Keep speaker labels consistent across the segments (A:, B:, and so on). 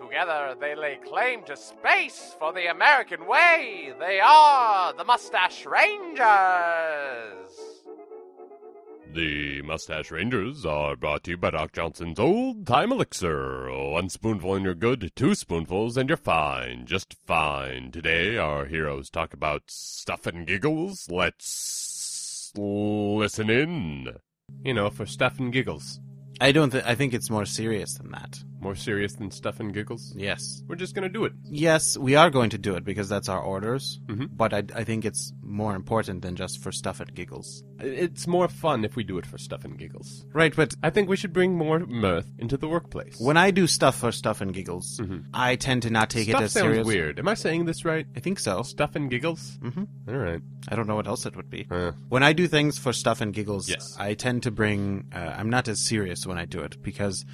A: Together, they lay claim to space for the American way. They are the Mustache Rangers.
B: The Mustache Rangers are brought to you by Doc Johnson's Old Time Elixir. One spoonful and you're good, two spoonfuls and you're fine, just fine. Today our heroes talk about stuff and giggles. Let's listen in. You know, for stuff and giggles.
C: I don't. Th- I think it's more serious than that.
B: More serious than stuff and giggles?
C: Yes.
B: We're just gonna do it.
C: Yes, we are going to do it because that's our orders.
B: Mhm.
C: But I, I think it's more important than just for stuff and giggles.
B: It's more fun if we do it for stuff and giggles.
C: Right, but
B: I think we should bring more mirth into the workplace.
C: when I do stuff for stuff and giggles, I tend to not take
B: Mm-hmm. stuff
C: it as
B: sounds
C: serious.
B: weird. Am I saying this right?
C: I think so.
B: Stuff and giggles?
C: Mhm.
B: All right.
C: I don't know what else it would be.
B: Uh,
C: When I do things for stuff and giggles,
B: Yes.
C: I tend to bring. Uh, I'm not as serious when I do it because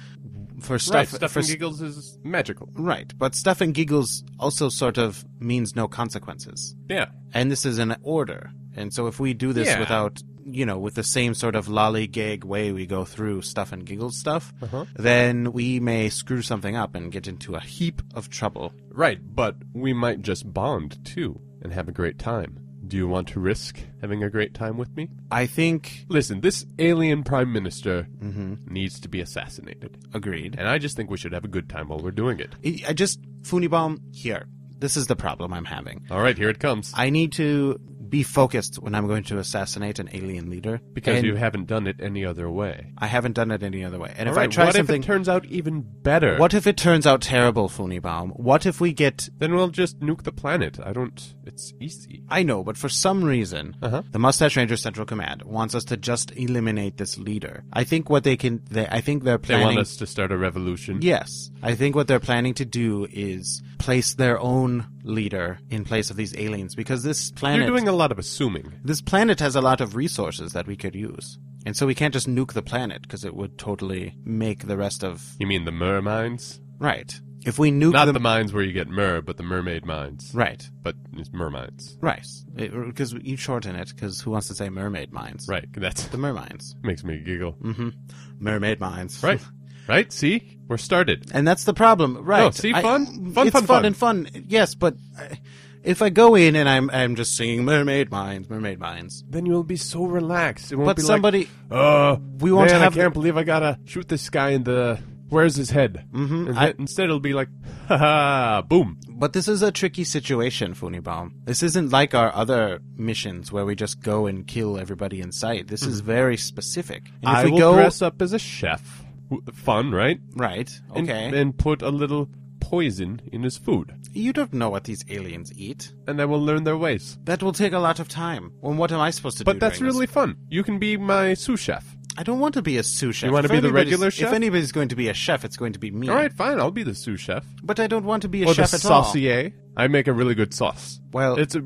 C: for stuff,
B: right, stuff
C: for
B: and
C: s-
B: giggles is magical.
C: right, but stuff and giggles also sort of means no consequences.
B: Yeah.
C: and this is an order. And so if we do this
B: Yeah.
C: without, you know, with the same sort of lollygag way we go through stuff and giggle stuff,
B: Uh-huh.
C: then we may screw something up and get into a heap of trouble.
B: Right, but we might just bond too and have a great time. Do you want to risk having a great time with me?
C: I think,
B: Listen, this alien prime minister
C: hmm
B: needs to be assassinated.
C: agreed.
B: And I just think we should have a good time while we're doing it.
C: I I just, Funibom, here. This is the problem I'm having.
B: All right, here it comes.
C: I need to be focused when I'm going to assassinate an alien leader.
B: Because
C: and
B: you haven't done it any other way.
C: I haven't done it any other way. And
B: All
C: if I
B: right,
C: try
B: what
C: something.
B: if it turns out even better?
C: what if it turns out terrible, Funibom? What if we get.
B: Then we'll just nuke the planet. I don't. It's easy.
C: I know, but for some reason,
B: Uh huh.
C: The Mustache Ranger Central Command wants us to just eliminate this leader. I think what they can, they, I think they're
B: They
C: planning.
B: want us to start a revolution.
C: yes, I think what they're planning to do is place their own leader in place of these aliens because this planet,
B: You're doing a lot of assuming.
C: this planet has a lot of resources that we could use, and so we can't just nuke the planet because it would totally make the rest of
B: You mean the mer mines?
C: right. If we nuke
B: Not
C: them,
B: the mines where you get mer, but the mermaid mines.
C: right,
B: But it's mermines.
C: right, because you shorten it because who wants to say mermaid mines?
B: Right. That
C: The mermines.
B: makes me giggle.
C: hmm Mermaid mines.
B: Right. Right. See, we're started.
C: And that's the problem, right?
B: No, see, fun? Fun,
C: it's
B: fun, fun.
C: and fun. Yes, but uh, if I go in and I'm I'm just singing "Mermaid Minds," "Mermaid Minds,"
B: Then you'll be so relaxed. It won't
C: but somebody,
B: uh,
C: We won't
B: man,
C: have-
B: I can't believe I gotta shoot this guy in the. Where's his head? Mm-hmm.
C: I-
B: instead, it'll be like, ha ha, boom.
C: but this is a tricky situation, Funibaum. This isn't like our other missions where we just go and kill everybody in sight. This is very specific. And if
B: Mm-hmm. I
C: we
B: will
C: go
B: dress up as a chef. W- Fun, right?
C: right,
B: And-
C: okay,
B: And, put a little poison in his food,
C: you don't know what these aliens eat.
B: and they will learn their ways.
C: That will take a lot of time. Well, what am I supposed to do?
B: But that's
C: during this?
B: really fun. You can be my sous chef.
C: I don't want to be a sous chef.
B: You wanna
C: If
B: be the
C: anybody's-
B: regular chef?
C: If anybody's going to be a chef, it's going to be me.
B: All right, fine. I'll be the sous chef
C: But I don't want to be a
B: or
C: chef
B: the
C: at all.
B: saucier. I make a really good sauce.
C: Well-
B: it's a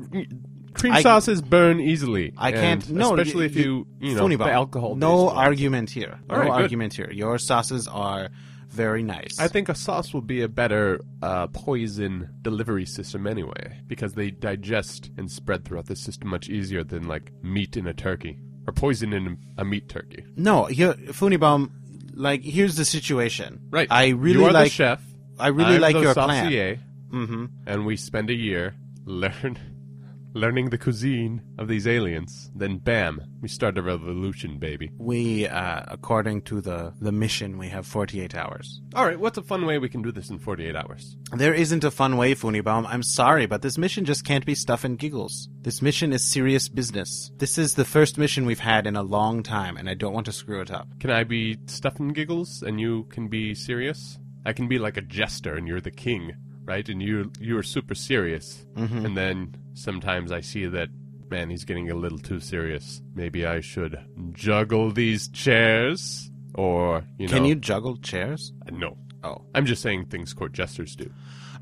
B: cream
C: I-
B: sauces burn easily.
C: I
B: and
C: can't. No,
B: especially if you you know
C: phony
B: the
C: bomb.
B: alcohol.
C: No
B: taste.
C: argument here.
B: All
C: no
B: right, good.
C: argument here. Your sauces are very nice.
B: I think a sauce will be a better uh, poison delivery system anyway, because they digest and spread throughout the system much easier than like meat in a turkey or poison in a meat turkey.
C: no, here, Funibom. Like, here's the situation.
B: Right.
C: I really
B: you are
C: like.
B: the chef.
C: I really
B: I'm
C: like
B: the
C: your
B: saucier,
C: plan. Mm-hmm.
B: and we spend a year learn learning the cuisine of these aliens. Then bam, we start a revolution, baby.
C: We, uh, according to the the mission, we have 48 hours.
B: All right, what's a fun way we can do this in 48 hours?
C: There isn't a fun way, Funibaum. I'm sorry, but this mission just can't be stuff and giggles. This mission is serious business. This is the first mission we've had in a long time, and I don't want to screw it up.
B: Can I be stuff and giggles and you can be serious? I can be like a jester and you're the king, right? And you you're super serious.
C: Mm-hmm.
B: And then sometimes I see that man, he's getting a little too serious. Maybe I should juggle these chairs or, you know, uh,
C: Can you juggle chairs?
B: No.
C: Oh,
B: I'm just saying things court jesters do.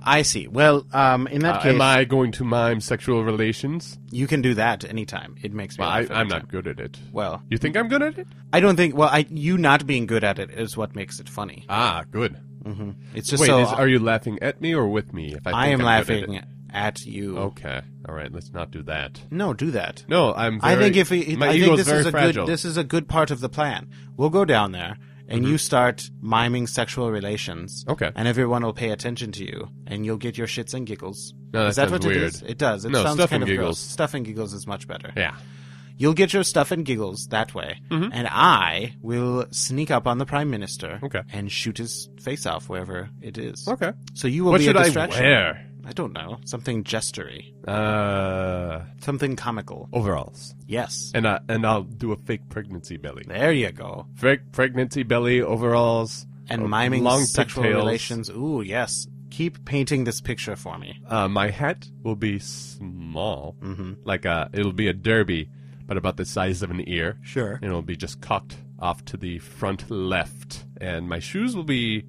C: I see. Well, um, in that
B: Uh,
C: case,
B: am I going to mime sexual relations?
C: you can do that anytime. It makes me.
B: Well, I,
C: laugh every
B: I'm
C: time.
B: not good at it.
C: Well,
B: You think I'm good at it?
C: I don't think. Well, I you not being good at it is what makes it funny.
B: Ah, good.
C: hmm It's just
B: Wait,
C: so
B: is, are you laughing at me or with me? If I, think
C: I am
B: I'm Good
C: laughing
B: at it? Oh.
C: at, you.
B: Okay, all right. Let's not do that.
C: No, do that.
B: No, I'm.
C: I
B: Very,
C: think if it,
B: my
C: I think
B: ego's
C: this
B: very
C: is a
B: fragile.
C: good this is a good part of the plan. We'll go down there and
B: Mm-hmm.
C: you start miming sexual relations.
B: Okay.
C: And everyone will pay attention to you and you'll get your shits and giggles.
B: No, that
C: is that
B: sounds
C: what it
B: weird.
C: is? It does. It
B: No,
C: sounds
B: stuff
C: kind
B: and
C: of
B: giggles.
C: gross. Stuff and giggles is much better.
B: yeah.
C: You'll get your stuff and giggles that way.
B: Mm-hmm.
C: And I will sneak up on the prime minister
B: Okay.
C: and shoot his face off wherever it is.
B: Okay.
C: So you will
B: what
C: be
B: should
C: a
B: I
C: distraction.
B: wear?
C: I don't know. Something gestury.
B: Uh,
C: Something comical.
B: overalls.
C: Yes.
B: And I and I'll do a fake pregnancy belly.
C: There you go.
B: Fake pregnancy belly overalls.
C: and
B: uh,
C: miming
B: long
C: sexual
B: pigtails.
C: relations. Ooh, yes. Keep painting this picture for me.
B: Uh, my hat will be small,
C: Mm-hmm.
B: like a it'll be a derby, but about the size of an ear.
C: Sure.
B: and it'll be just cocked off to the front left. And my shoes will be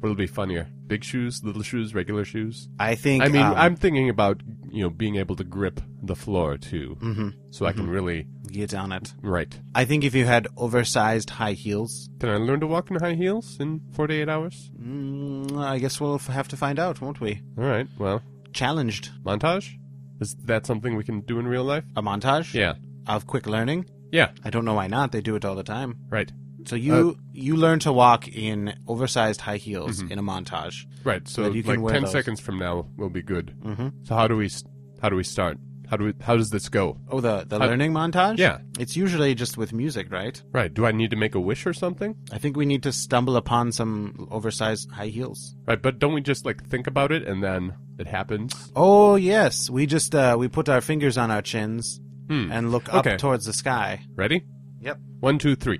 B: what'll be funnier. Big shoes, little shoes, regular shoes.
C: I think.
B: I mean,
C: um,
B: I'm thinking about, you know, being able to grip the floor too.
C: mhm.
B: So I can really
C: Get on it.
B: right.
C: I think if you had oversized high heels,
B: Can I learn to walk in high heels in 48 hours?
C: mm, I guess we'll f- have to find out, won't we?
B: All right. Well,
C: Challenged.
B: montage? Is that something we can do in real life?
C: A montage
B: Yeah.
C: of quick learning.
B: Yeah.
C: I don't know why not. They do it all the time.
B: Right.
C: So you
B: Uh,
C: you learn to walk in oversized high heels
B: Mm-hmm.
C: in a montage.
B: Right. So
C: But you can
B: like
C: wear
B: 10
C: those.
B: seconds from now will be good.
C: Mm-hmm.
B: So how do we s- how do we start? How do we how does this go?
C: Oh, the the
B: I-
C: learning montage.
B: Yeah.
C: it's usually just with music, right?
B: Right. Do I need to make a wish or something?
C: I think we need to stumble upon some oversized high heels.
B: Right, but don't we just like think about it and then it happens?
C: Oh yes, we just uh, we put our fingers on our chins
B: Hmm.
C: and look up
B: Okay.
C: towards the sky.
B: Ready?
C: Uh, Yep.
B: One, two, three.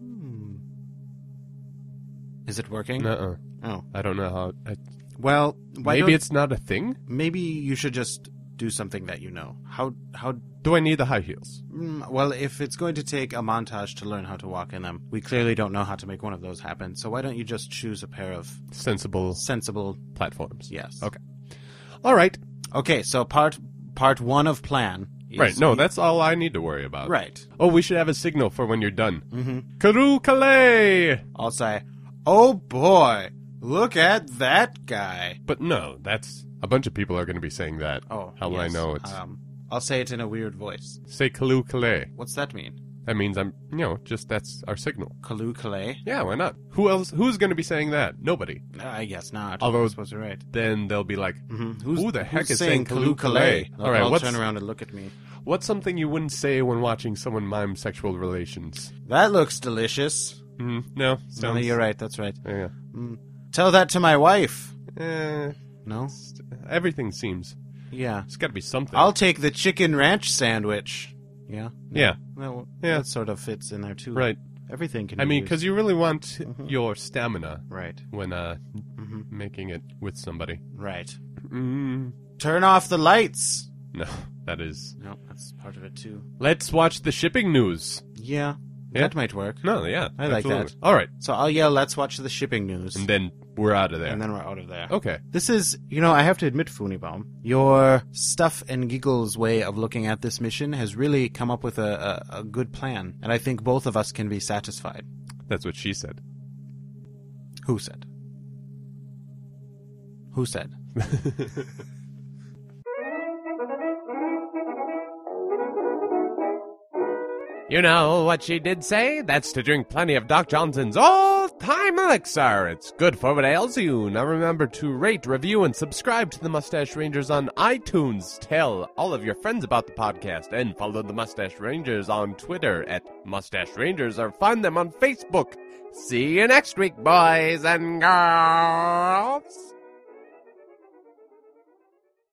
C: Hmm. Is it working?
B: Uh-uh.
C: Oh.
B: I don't know how. I,
C: Well, why
B: maybe
C: maybe
B: it's not a thing.
C: maybe you should just do something that you know. How how
B: Do I need the high heels?
C: mm, well if it's going to take a montage to learn how to walk in them, we clearly don't know how to make one of those happen. So why don't you just choose a pair of
B: Sensible
C: sensible?
B: platforms.
C: Yes.
B: Okay. All right.
C: Okay. So part part one of plan. Is
B: Right. No, that's all I need to worry about.
C: right.
B: Oh, we should have a signal for when you're done.
C: Mm-hmm.
B: Karu Kalay!
C: I'll say, "Oh boy, look at that guy."
B: But no, that's. A bunch of people are going to be saying that.
C: Oh,
B: How will I
C: yes.
B: know it's.
C: Um, I'll say it in a weird voice.
B: Say Kalu Kalay.
C: What's that mean?
B: That means I'm. You know, just that's our signal.
C: Kalu Kalay?
B: Yeah, why not? Who else? Who's going to be saying that? Nobody.
C: No, I guess not.
B: Although-
C: I suppose you're right.
B: Then they'll be like,
C: hmm Who's,
B: Who the heck
C: who's
B: is saying
C: saying
B: Kalu
C: Kalu
B: Kalay?
C: Kalay?
B: All right,
C: They'll
B: what's-
C: turn around and look at me.
B: What's something you wouldn't say when watching someone mime sexual relations?
C: That looks delicious.
B: Mm, no, sounds.
C: No, you're right. That's right.
B: Yeah.
C: Mm. Tell that to my wife.
B: Eh,
C: No.
B: everything seems.
C: Yeah.
B: It's got to be something.
C: I'll take the chicken ranch sandwich. Yeah. No.
B: Yeah.
C: No,
B: Yeah.
C: That sort of fits in there too.
B: right.
C: Everything can.
B: I
C: be
B: mean,
C: used.
B: because you really want
C: Mhm.
B: your stamina
C: Right.
B: when uh,
C: hmm
B: making it with somebody.
C: Right.
B: Mm,
C: Turn off the lights.
B: no, that is.
C: No, that's part of it too.
B: Let's watch the shipping news.
C: Yeah,
B: Yeah?
C: that might work.
B: No, yeah,
C: I like
B: absolutely.
C: that.
B: All right,
C: So I'll yell, "Let's watch the shipping news,"
B: and then we're out of there.
C: and then we're out of there.
B: okay.
C: This is, you know, I have to admit, Funibaum, your stuff and giggles way of looking at this mission has really come up with a, a, a good plan, and I think both of us can be satisfied.
B: That's what she said.
C: Who said? Who said?
B: You know what she did say? That's to drink plenty of Doc Johnson's all time elixir. It's good for what ails you. Now remember to rate, review, and subscribe to the Mustache Rangers on iTunes. Tell all of your friends about the podcast and follow the Mustache Rangers on Twitter at Mustache Rangers or find them on Facebook. See you next week, boys and girls.